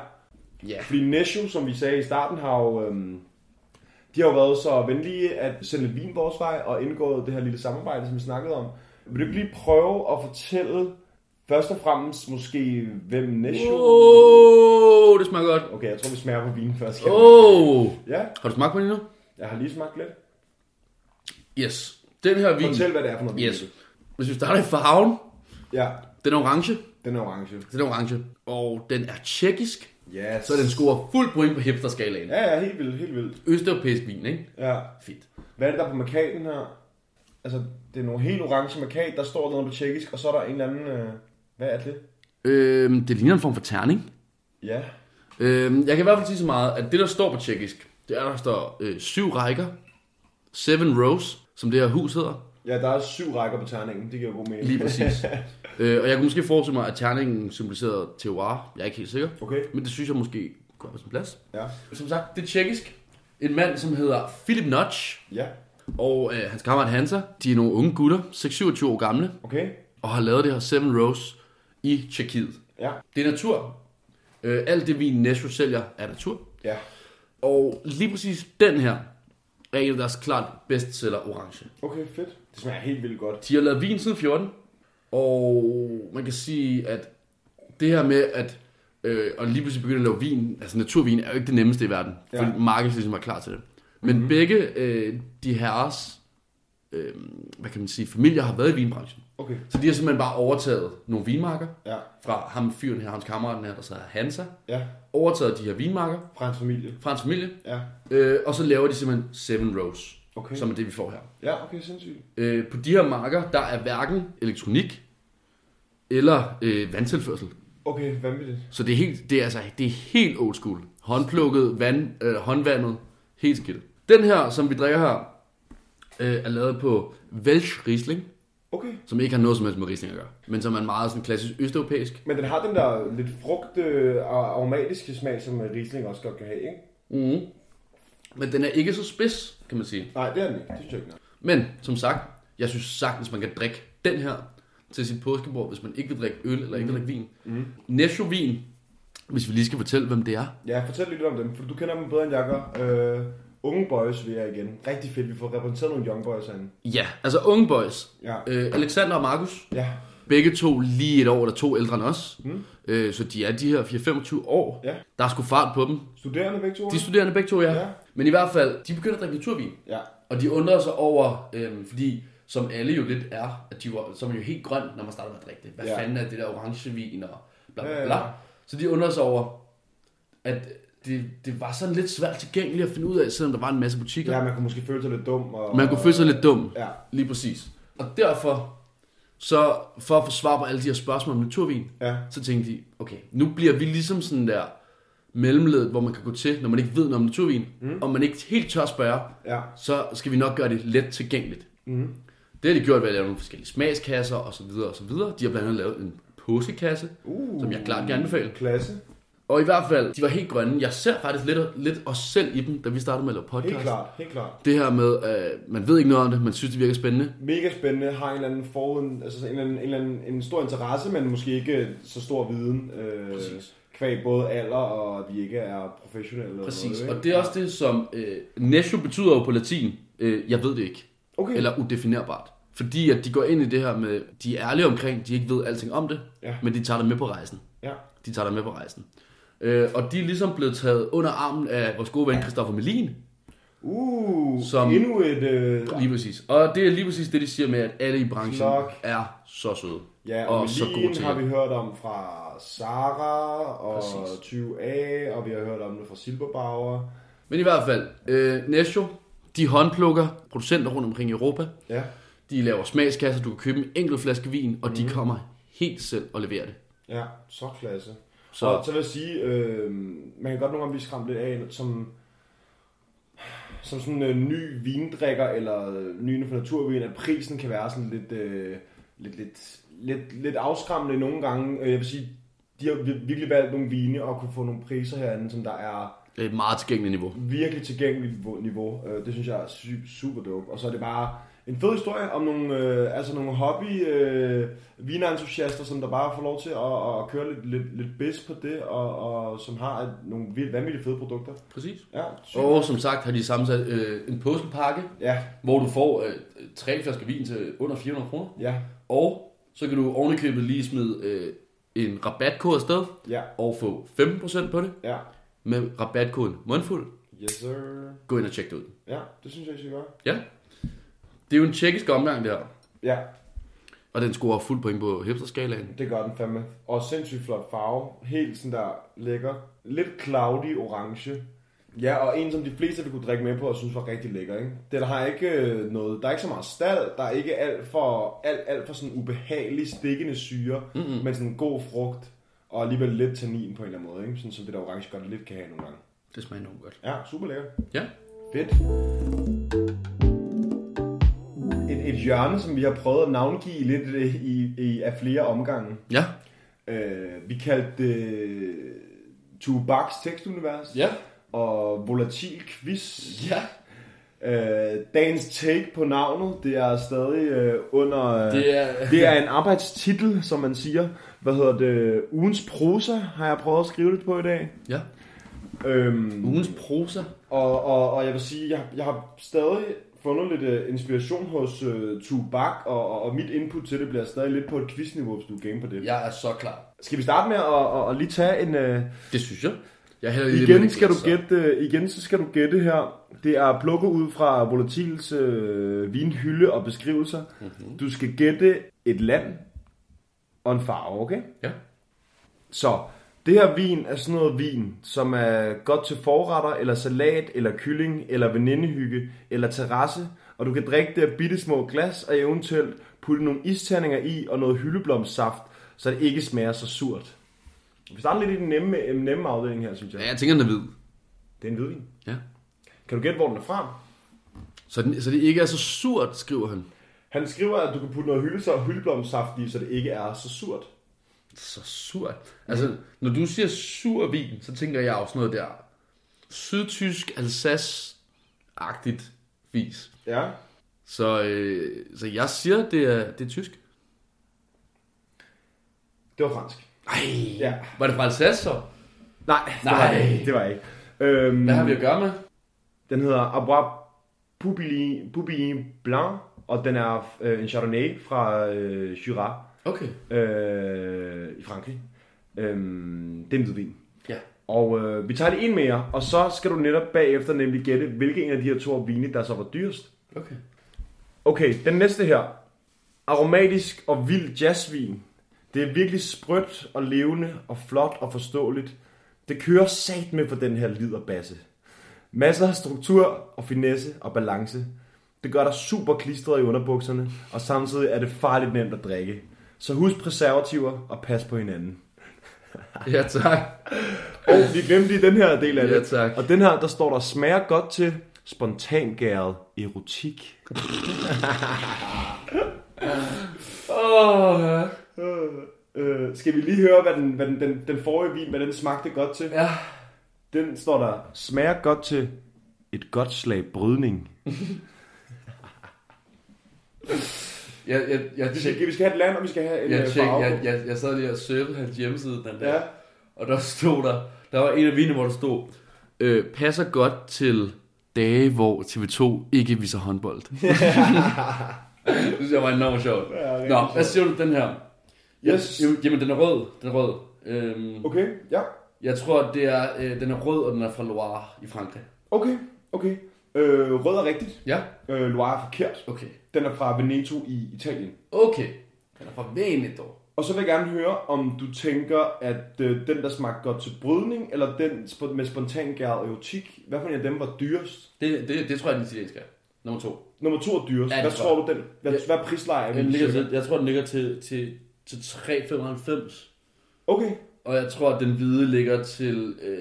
B: Ja.
C: fordi Nesho, som vi sagde i starten, har jo, øhm, de har jo været så venlige at sende lidt vin vores vej og indgået det her lille samarbejde, som vi snakkede om. Vil du ikke lige prøve at fortælle først og fremmest måske, hvem Nesho...
B: Åh, det smager godt.
C: Okay, jeg tror, vi smager på vinen først. Åh!
B: Åh,
C: Ja,
B: har du smagt på den endnu?
C: jeg har lige smagt lidt.
B: Yes. Den her vin,
C: Fortæl, hvad det er for noget vin.
B: yes. Hvis vi starter i farven,
C: Ja,
B: den er orange.
C: den er orange.
B: Den er orange. Og den er tjekkisk.
C: Yes.
B: Så den scorer fuld point på hipsterskalaen.
C: Ja, ja, helt vildt, helt vildt.
B: Østeuropæisk vin, ikke?
C: Ja.
B: Fedt.
C: Hvad er det, der er på markaden her? Altså, det er nogle helt orange markad, der står noget på tjekkisk, og så er der en eller anden... Øh, hvad er det?
B: Øhm, det ligner en form for terning.
C: Ja.
B: Øhm, jeg kan i hvert fald sige så meget, at det, der står på tjekkisk, Det er, der står øh, syv rækker, seven rows, som det her hus hedder.
C: Ja, der er syv rækker på terningen. Det giver god mening.
B: Lige præcis. øh, og jeg kunne måske forestille mig, at terningen symboliserede terroir. Jeg er ikke helt sikker.
C: Okay,
B: Men det synes jeg måske går på sin plads.
C: ja.
B: Som sagt, det er tjekkisk. En mand, som hedder Philip Notch,
C: Ja,
B: og øh, hans kammerat Hansa, de er nogle unge gutter, 6-27 år gamle,
C: okay.
B: og har lavet det her Seven Rose i Tjekkiet.
C: Ja,
B: Det er natur. Øh, alt det, vi Nesho sælger, er natur.
C: ja.
B: Og lige præcis den her er en af deres klart bestseller orange.
C: Okay, fedt. Det smager helt vildt godt.
B: De har lavet vin siden 14, og man kan sige, at det her med, at øh, og lige pludselig begynde at lave vin, altså naturvin, er jo ikke det nemmeste i verden,
C: Ja.
B: ja. fordi markedet ligesom er klar til det. Men mm-hmm. begge øh, de herres, øh, hvad kan man sige, familier har været i vinbranchen.
C: Okay,
B: Så de har simpelthen bare overtaget nogle vinmarker
C: ja,
B: fra ham fyren her, hans kammeraten her, der hedder Hansa,
C: ja.
B: overtaget de her vinmarker
C: Fra hans familie.
B: fra hans familie,
C: Ja,
B: øh, og så laver de simpelthen Seven Rose,
C: okay.
B: okay. som er det, vi får her.
C: Ja, okay, sindssygt.
B: Øh, på de her marker, der er hverken elektronik eller øh, vandtilførsel.
C: Okay, vanvittigt.
B: Så det er helt, det er altså, det er helt old school. Håndplukket, vand, øh, håndvandet, helt skidt. Den her, som vi drikker her, øh, er lavet på Welsh Riesling,
C: Okay.
B: som ikke har noget som helst med Riesling at gøre, men som er en meget sådan, klassisk østeuropæisk.
C: Men den har den der lidt frugt øh, og aromatiske smag, som øh, Riesling også godt kan have, ikke?
B: Mm. Men den er ikke så spids, kan man sige.
C: Nej, det er den ikke. Det synes jeg ikke. nej.
B: Men som sagt, jeg synes sagtens, man kan drikke den her til sit påskebord, hvis man ikke vil drikke øl eller ikke vil drikke vin. Mm. Nesho-vin, hvis vi lige skal fortælle, hvem det er.
C: Ja, fortæl lidt om dem, for du kender dem bedre end jeg gør. Øh, unge boys vil jeg igen. Rigtig fedt, vi får repræsenteret nogle young boys herinde.
B: Ja, altså Unge Boys.
C: Ja,
B: Øh, Alexander og Markus,
C: ja,
B: begge to lige et år eller to ældre end os.
C: Mm.
B: Mm. Øh, så de er de her 4-25 år.
C: Ja.
B: Der er sgu fart på dem.
C: studerende begge to.
B: De er studerende begge to, ja.
C: Ja.
B: ja. Men i hvert fald, de begynder at drikke naturvin.
C: Ja,
B: Og de undrer sig over, øhm, fordi som alle jo lidt er, at de var, som er jo helt grøn, når man starter med at drikke det. Hvad
C: Ja.
B: ja. fanden er det der orangevin og bla
C: Ja,
B: bla
C: ja.
B: bla. Så de undrer sig over, at det, det var sådan lidt svært tilgængeligt at finde ud af, selvom der var en masse butikker.
C: ja,
B: Ja.
C: man kunne måske føle sig lidt dum. Og,
B: Man kunne føle sig lidt dum.
C: Ja,
B: Lige præcis. Og derfor, så for at få svar på alle de her spørgsmål om naturvin,
C: ja,
B: så tænkte de, okay, nu bliver vi ligesom sådan der mellemled, hvor man kan gå til, når man ikke ved noget om naturvin, mm. og man ikke helt tør spørge,
C: ja.
B: så skal vi nok gøre det let tilgængeligt.
C: Mm.
B: Det har de gjort ved at lave nogle forskellige smagskasser osv. osv. De har blandt andet lavet en påskekasse,
C: Uh,
B: som jeg klart kan anbefale.
C: Klasse.
B: Og i hvert fald, de var helt grønne. Jeg ser faktisk lidt, lidt os selv i dem, da vi startede med at lave podcast.
C: Helt klart, helt klart.
B: Det her med, øh, man ved ikke noget om det, man synes, det virker spændende.
C: mega spændende, har en eller anden foruden, altså en, eller anden, en, eller anden, en stor interesse, men måske ikke så stor viden, øh,
B: Præcis.
C: kvæg både alder og at vi ikke er professionelle. eller
B: Præcis,
C: noget, ikke?
B: og det er også det, som øh, nescio betyder jo på latin, øh, jeg ved det ikke,
C: Okay, eller...
B: eller udefinerbart. Fordi at de går ind i det her med, de er ærlige omkring, de ikke ved alting om det,
C: Ja.
B: men de tager det med på rejsen.
C: ja,
B: De tager dig med på rejsen. Øh, og de er ligesom blevet taget under armen af vores gode ven Christoffer Melin.
C: uh,
B: Som-
C: endnu et, øh,
B: Lige præcis. Og det er lige præcis det, de siger med, at alle i branchen
C: Flok.
B: er så søde.
C: ja,
B: og
C: og, og
B: så
C: så
B: god til
C: har
B: det.
C: vi hørt om fra Sara og
B: Præcis.
C: 20A, og vi har hørt om det fra Silberbauer,
B: Men i hvert fald, øh, Nesho, de håndplukker producenter rundt omkring i Europa.
C: ja,
B: De laver smagskasser, du kan købe en enkelt flaske vin, og mm.
C: Mhm.
B: de kommer helt selv og leverer det.
C: ja, så klasse. Så.
B: Så-
C: Og så vil jeg sige, øh, man kan godt nogle gange blive skræmt lidt af, som, som sådan en øh, ny vindrikker, eller øh, ny inden for naturvin, at prisen kan være sådan lidt, øh, lidt, lidt, lidt, lidt afskræmmende nogle gange. Øh, Jeg vil sige, de har vir- virkelig valgt nogle vine og kunne få nogle priser herinde, som der er
B: Det er et Øh, meget tilgængeligt niveau.
C: virkelig tilgængeligt niveau- niveau. Øh, Det synes jeg er sy- super dope. Og så er det bare en fed historie om nogle, øh, altså nogle hobby øh, vinentusiaster, som der bare får lov til at, at køre lidt, lidt, lidt bedst på det, og, og som har et, nogle vildt, vanvittigt fede produkter.
B: Præcis.
C: Ja, sygt.
B: Og som sagt har de sammensat øh, en påskepakke,
C: Ja,
B: hvor du får øh, tre flasker vin til under 400 kroner.
C: ja,
B: Og så kan du ovenikøbet lige smide øh, en rabatkode afsted
C: ja,
B: og få 15% på det
C: ja.
B: med rabatkoden mundfuld.
C: Yes, sir.
B: Gå ind og tjek det ud.
C: Ja, det synes jeg, I skal gøre.
B: Ja. Det er jo en tjekkisk omgang der,
C: Ja,
B: og den scorer fuld point på hipsterskalaen.
C: det gør den fandme. Og sindssygt flot farve. Helt sådan der lækker. Lidt cloudy orange. Ja, og en som de fleste vil kunne drikke med på og synes var rigtig lækker, ikke? Den har ikke øh, noget, der er ikke så meget stald, der er ikke alt for, alt, alt for sådan ubehagelig stikkende syre, mm-hmm. men sådan god frugt og alligevel lidt tannin på en eller anden måde, ikke? Sådan som det der orange godt lidt kan have nogle gange.
B: Det smager enormt godt.
C: Ja, super lækkert.
B: Ja.
C: Fedt. Et, et hjørne, som vi har prøvet at navngive lidt øh, i, i, af flere omgange.
B: Ja.
C: Øh, vi kaldte det øh, Tubaks tekstunivers.
B: Ja.
C: Og volatil quiz.
B: Ja.
C: Øh, dagens take på navnet, det er stadig øh, under... Øh,
B: Det er...
C: det er en arbejdstitel, som man siger. Hvad hedder det? Ugens prosa har jeg prøvet at skrive lidt på i dag.
B: Ja.
C: Øhm,
B: Ugens prosa.
C: Og, og, og jeg vil sige, jeg, jeg har stadig fundet lidt øh, inspiration hos øh, Tubak, og, og, og mit input til det bliver stadig lidt på et quizniveau, hvis du er game på det. Ja.
B: Jeg er så klar.
C: Skal vi starte med at, at, at lige tage en... Øh,
B: Det synes jeg. Jeg hælder lige
C: igen,
B: lidt
C: skal du
B: så.
C: gætte, øh, igen så skal du gætte her. Det er plukket ud fra Volatils øh, vinhylde og beskrivelser. Mm-hmm.
B: Mhm.
C: Du skal gætte et land og en farve, okay?
B: Ja.
C: Så det her vin er sådan noget vin, som er godt til forretter, eller salat, eller kylling, eller venindehygge, eller terrasse. Og du kan drikke det af bitte små glas, og eventuelt putte nogle isterninger i og noget hyldeblomstsaft, så det ikke smager så surt. Vi starter lidt i den nemme, øh, nemme afdeling her, synes jeg.
B: Ja, jeg tænker, den er hvid.
C: Det er en hvidvin.
B: Ja.
C: Kan du gætte, hvor den er fra?
B: Så, den, så det ikke er så surt, skriver han.
C: Han skriver, at du kan putte noget hylde og hyldeblomstsaft i, så det ikke er så surt.
B: Så surt. Altså, når du siger sur vin, så tænker jeg også noget der sydtysk, Alsace-agtigt vis.
C: Ja.
B: Så, øh, så jeg siger, det er, det er tysk.
C: Det var fransk.
B: Ej,
C: Ja.
B: var det fra Alsace så?
C: Nej, det var
B: Nej.
C: det ikke. Det var det ikke. Øhm,
B: Hvad har vi at gøre med?
C: Den hedder Abois Poubili, Poubili Blanc, og den er øh, en Chardonnay fra øh, Jura
B: Okay.
C: øh, i Frankrig. Øhm, det er en hvidvin.
B: Ja.
C: Og øh, vi tager det en mere, og så skal du netop bagefter nemlig gætte, hvilke en af de her to vine, der så var dyrest.
B: Okay.
C: Okay, den næste her. Aromatisk og vild jazzvin. Det er virkelig sprødt og levende og flot og forståeligt. Det kører sat med for den her liderbasse. Masser af struktur og finesse og balance. Det gør dig super klistret i underbukserne, og samtidig er det farligt nemt at drikke. Så husk præservativer og pas på hinanden.
B: Ja, tak.
C: Og vi glemte lige den her del af
B: Ja,
C: det.
B: tak.
C: Og den her, der står der, smager godt til spontangæret erotik.
B: Åh, ja.
C: Øh, skal vi lige høre, hvad den, hvad den, den, den forrige vin, hvad den smagte godt til?
B: ja.
C: Den står der, smager godt til et godt slag brydning.
B: Jeg, jeg, jeg,
C: Vi
B: tjek,
C: skal, vi skal have et land, og vi skal have en
B: jeg,
C: øh,
B: tjek,
C: farve.
B: jeg, jeg, jeg sad lige og surfede hans hjemmeside den der,
C: Ja.
B: ja. og der stod der, der var en af vinene, hvor der stod, øh, passer godt til dage, hvor TV2 ikke viser håndbold. det synes jeg var enormt sjovt.
C: Ja, rigtig
B: Nå, hvad siger du den her?
C: Yes.
B: Jo, Jamen, den er rød. Den er rød. Øhm,
C: Okay, ja.
B: jeg tror, det er, øh, den er rød, og den er fra Loire i Frankrig.
C: Okay, okay. Øh, rød er rigtigt.
B: Ja?
C: Øh, Loire er forkert.
B: Okay.
C: Den er fra Veneto i Italien.
B: Okay. Den er fra Veneto.
C: Og så vil jeg gerne høre, om du tænker, at øh, den, der smagte godt til brydning, eller den sp- med spontangæret erotik, hvad for en af dem var dyrest?
B: Det, det, det tror jeg, den italienske er. Nummer to.
C: Nummer to er dyrest.
B: Ja, det
C: hvad
B: tror
C: tror du, den, hvad,
B: Ja.
C: hvad prisleje er
B: Den
C: vi?
B: ligger
C: cirka?
B: til, jeg tror, den ligger til, til, til 3,95.
C: Okay,
B: Og jeg tror, at den hvide ligger til øh,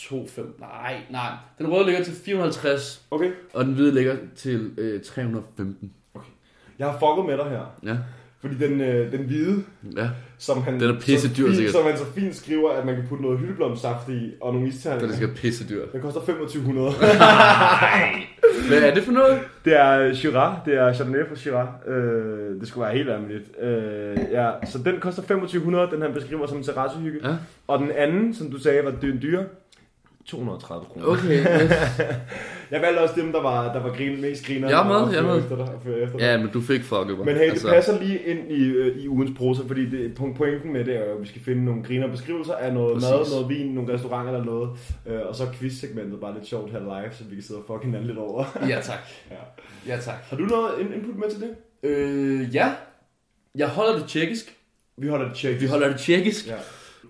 B: 2,5. Nej, nej. Den røde ligger til 450,
C: okay.
B: og den hvide ligger til øh, 315.
C: Jeg har fucket med dig her.
B: Ja,
C: Fordi den, øh, den hvide,
B: ja.
C: som han,
B: Den er pisse
C: så
B: dyr,
C: fint,
B: sikkert.
C: som han så fint skriver, at man kan putte noget hyldeblomstsaft i og nogle isterninger.
B: Den er sikkert pisse dyrt.
C: Den koster 2500.
B: Hvad er det for noget?
C: det er øh, Shiraz, det er Chardonnay fra Shiraz. Øh, det skulle være helt ærligt. Øh, ja, så den koster 2500, den han beskriver som en terrassehygge.
B: Ja.
C: Og den anden, som du sagde, var den dyre. 230 kroner.
B: Okay.
C: Jeg valgte også dem, der var, der var grin, mest griner.
B: Jeg er med,
C: og
B: jeg er
C: fører
B: med.
C: Efter dig, og fører efter dig.
B: Ja, men du fik fucket mig. Altså.
C: Men hey, det passer lige ind i, øh, i ugens prosa, fordi det, po- pointen med det er jo, at vi skal finde nogle griner beskrivelser af noget Præcis.
B: Præcis.
C: mad, noget vin, nogle restauranter eller noget. Øh, og så er quiz-segmentet bare lidt sjovt her live, så vi kan sidde og fuck hinanden lidt over.
B: Ja, tak.
C: Ja.
B: Ja, tak.
C: Har du noget in- input med til det?
B: Øh, ja. Jeg holder det tjekkisk.
C: Vi holder det tjekket.
B: Vi holder det tjekkisk.
C: Ja.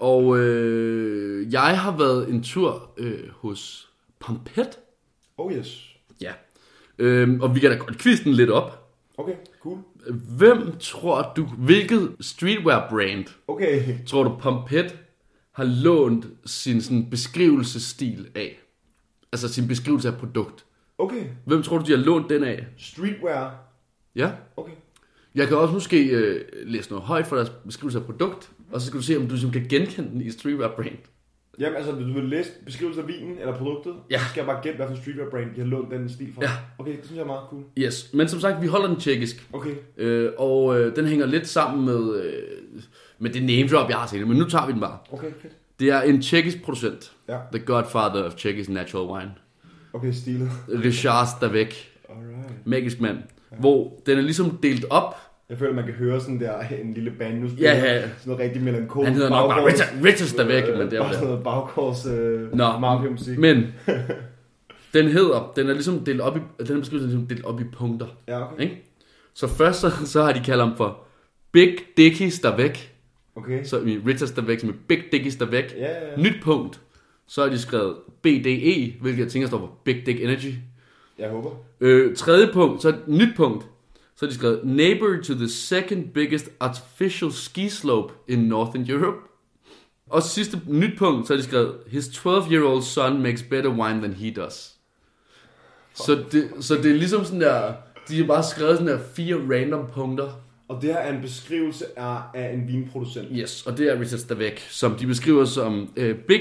B: Og øh, jeg har været en tur øh, hos Pompet.
C: Oh yes.
B: Ja. Øhm, og vi kan da godt kviste den lidt op.
C: Okay, cool.
B: Hvem tror du, hvilket streetwear brand
C: Okay.
B: tror du Pompet har lånt sin sådan, beskrivelsesstil af. Altså sin beskrivelse af produkt.
C: Okay,
B: Hvem tror du, de har lånt den af?
C: streetwear.
B: Ja.
C: Okay.
B: Jeg kan også måske øh, læse noget højt for deres beskrivelse af produkt, og så skal du se, om du ligesom kan genkende den i streetwear brand.
C: Jamen altså, hvis du vil læse beskrivelsen af vinen eller produktet,
B: Ja.
C: så skal jeg bare gætte, hvilken streetwear brand de har lånt den stil fra.
B: Ja.
C: Okay, det synes jeg er meget cool.
B: Yes, men som sagt, vi holder den tjekkisk.
C: Okay,
B: Øh, og øh, den hænger lidt sammen med, øh, med det name drop, jeg har set, men nu tager vi den bare.
C: okay, fedt.
B: Det er en tjekkisk producent.
C: Ja.
B: The godfather of Tjekkisk natural wine.
C: Okay, stilet.
B: Richard Stavek.
C: Alright.
B: Magisk mand. Ja. Hvor den er ligesom delt op.
C: Jeg føler, man kan høre sådan der en lille banjo spille.
B: Ja, ja.
C: Sådan noget rigtig melankolisk.
B: Han hedder nok bare
C: baggårds-
B: Richard, Richard Stavek,
C: øh,
B: men det er jo
C: Bare
B: det.
C: sådan noget baggårds øh,
B: Nå,
C: mafia-musik.
B: Men den hedder, den er ligesom delt op i, den er beskrivelsen er ligesom delt op i punkter.
C: Ja, okay.
B: Ikke? Så først så, så har de kaldt ham for Big Dickie Stavek.
C: okay.
B: Så i Richard Stavek som i Big Dickie Stavek.
C: Ja, ja, ja.
B: Nyt punkt. Så har de skrevet BDE, hvilket jeg tænker står for Big Dick Energy.
C: Jeg håber.
B: Øh, tredje punkt, så et nyt punkt. Så har de skrevet, neighbor to the second biggest artificial ski slope in Northern Europe. Og sidste nyt punkt, så har de skrevet, his 12-year-old son makes better wine than he does. Så det, så det er ligesom sådan der, de har bare skrevet sådan der fire random punkter.
C: Og det her er en beskrivelse af, af en vinproducent.
B: Yes, og det er Richard Stavek, som de beskriver som øh, Big,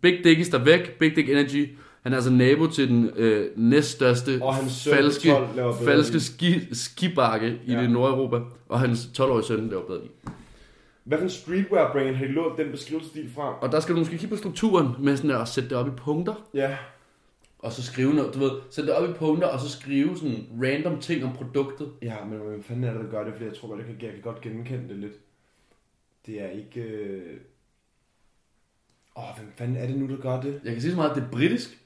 B: Big Dick is Stavek, Big Dick Energy. Han er altså nabo til den øh, næststørste
C: Og hans søn på
B: falske,
C: 12 laver bedre vin.
B: falske ski, skibakke i
C: Ja.
B: ja. det Nordeuropa, og hans 12-årige søn laver bedre vin.
C: Hvad for en streetwear brand har de lånt den beskrivelsesstil fra?
B: Og der skal du måske kigge på strukturen med sådan at sætte det op i punkter,
C: Ja,
B: og så skrive noget, du ved, sætte det op i punkter, og så skrive sådan random ting om produktet.
C: ja men hvem fanden er det, der gør det? Fordi jeg tror godt, jeg kan, jeg kan godt genkende det lidt. Det er ikke... øh, Åh, øh... hvem fanden er det nu, der gør det?
B: Jeg kan sige så meget, at det er britisk.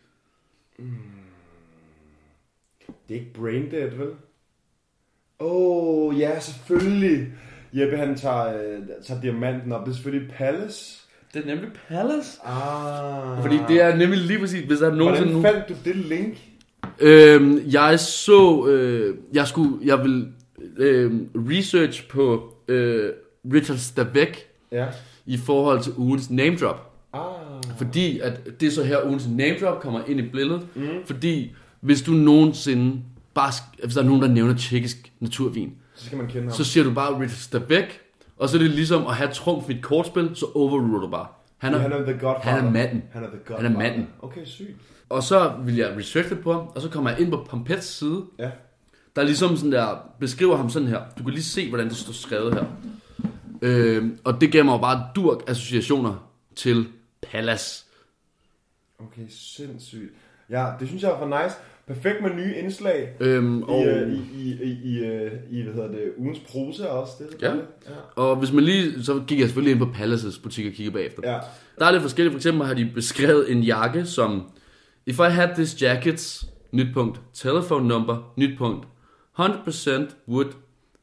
C: Det er ikke Braindead, vel? Åh, oh, ja, selvfølgelig. Jeppe, han tager, øh, tager diamanten op. Det er selvfølgelig Palace.
B: Det er nemlig Palace.
C: Ah.
B: Fordi det er nemlig lige præcis, hvis der er nogensinde
C: Hvordan
B: nogen-
C: fandt du det link?
B: Øhm, jeg så, øh, jeg skulle, jeg vil øh, research på øh, Richard Stabæk
C: Ja.
B: i forhold til ugens name drop.
C: Ah.
B: Fordi at det er så her, ugens name drop kommer ind i billedet.
C: Mhm.
B: Mm. Fordi hvis du nogensinde bare, sk- hvis der er nogen, der nævner tjekkisk naturvin,
C: Så skal man kende ham.
B: så siger du bare Richard Stabæk, og så er det ligesom at have trumf i et kortspil, så overruler du bare. Han
C: Ja,
B: er,
C: han er the godfather.
B: han er manden.
C: Han er the godfather.
B: Han er manden.
C: Okay, sygt.
B: Og så vil jeg researche lidt på ham, og så kommer jeg ind på Pompets side,
C: Ja.
B: der er ligesom sådan der, beskriver ham sådan her. Du kan lige se, hvordan det står skrevet her. Øh, og det gav mig jo bare durk associationer til Palace.
C: Okay, sindssygt. Ja, det synes jeg var nice. Perfekt med nye indslag.
B: Øhm,
C: I,
B: og,
C: øh, i, i, i, i, øh, i, hvad hedder det, ugens prosa også. Det,
B: Ja.
C: ja.
B: og hvis man lige, så gik jeg selvfølgelig ind på Palaces butik og kiggede bagefter.
C: Ja.
B: Der er lidt forskelligt. For eksempel har de beskrevet en jakke som, if I had this jacket, nyt punkt, telephone number, nyt punkt, 100% wood,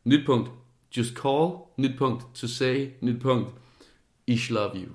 B: nyt punkt, just call, nyt punkt, to say, nyt punkt, ish love you.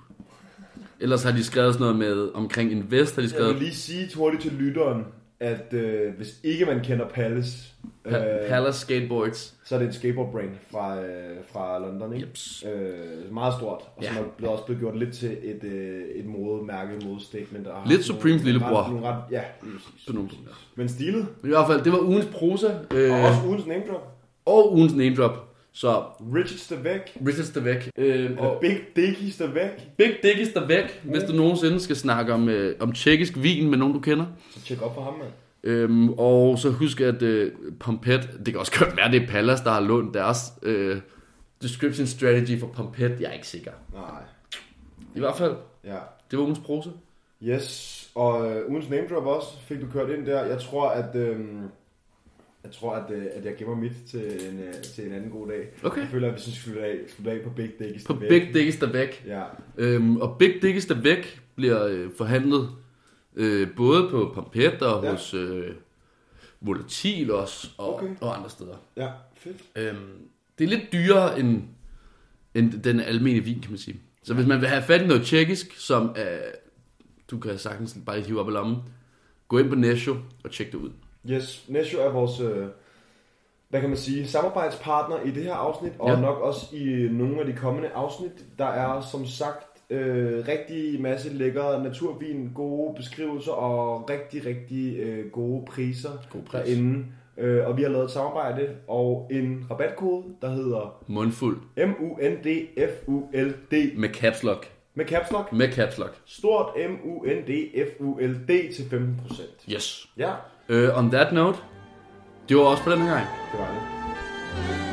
B: Ellers har de skrevet sådan noget med, omkring invest, har de
C: Jeg vil
B: skrevet
C: lige sige hurtigt til lytteren, at øh, hvis ikke man kender Palace, øh,
B: pa- Palace Skateboards.
C: så er det en skateboardbrand fra, øh, fra London, ikke?
B: Jeps.
C: Øh, meget stort, og som
B: Ja.
C: er blevet, også blevet gjort lidt til et, øh, et modemærke, modestatement. Og har
B: Lidt
C: sådan
B: Supremes
C: nogle- nogle
B: lillebror.
C: ret- nogle ret- Ja, lige præcis.
B: Sådan nogle ting.
C: Men stilet,
B: Men I hvert fald, det var ugens prosa,
C: og
B: øh,
C: også ugens name drop.
B: og ugens name drop. Så
C: Richard Stavek,
B: Richard Stavek. Øh,
C: og
B: og
C: Big Dickie Stavek,
B: Big Dick is der væk, hvis du nogensinde skal snakke om, øh, om tjekkisk vin med nogen, du kender.
C: så tjek op for ham, mand.
B: Øhm, og så husk, at øh, Pompet, det kan også godt være, det er Pallas, der har lånt deres øh, description strategy for Pompet. Jeg er ikke sikker.
C: Nej,
B: I hvert fald,
C: ja.
B: det var ugens prose.
C: Yes, og øh, ugens name drop også fik du kørt ind der. Jeg tror, at, øh, jeg, tror, at, øh, at jeg gemmer mit til en, øh, til en anden god dag.
B: Okay.
C: Jeg føler, at vi synes, vi slutter af, slutter af på Big Dick i
B: På
C: stedet.
B: Big Dick is der væk.
C: Ja,
B: Øhm, og Big Dick is der væk bliver øh, forhandlet øh, både på Pompet og
C: Ja.
B: ja. hos øh, Volatil også, og,
C: Okay.
B: okay. og andre steder.
C: ja, fedt.
B: Øhm, det er lidt dyrere end, end den almindelige vin, kan man sige. Så hvis man vil have fat i noget tjekkisk, som øh, du kan sagtens bare lige hive op i lommen, gå ind på Nesho og tjek det ud.
C: Yes, Nesho er vores, øh, hvad kan man sige, samarbejdspartner i det her afsnit, og ja.
B: Ja.
C: nok også i nogle af de kommende afsnit. Der er som sagt Øh, rigtig masse lækker naturvin, gode beskrivelser og rigtig, rigtig øh, gode priser
B: God pris.
C: derinde. Øh, og vi har lavet et samarbejde og en rabatkode, der hedder
B: Mundfuld.
C: MUNDFULD
B: Med caps lock.
C: med caps lock.
B: Med caps lock.
C: Stort MUNDFULD til 15%.
B: Yes.
C: Ja,
B: Øh, Uh, on that note, det var også på den her gang.
C: det var det.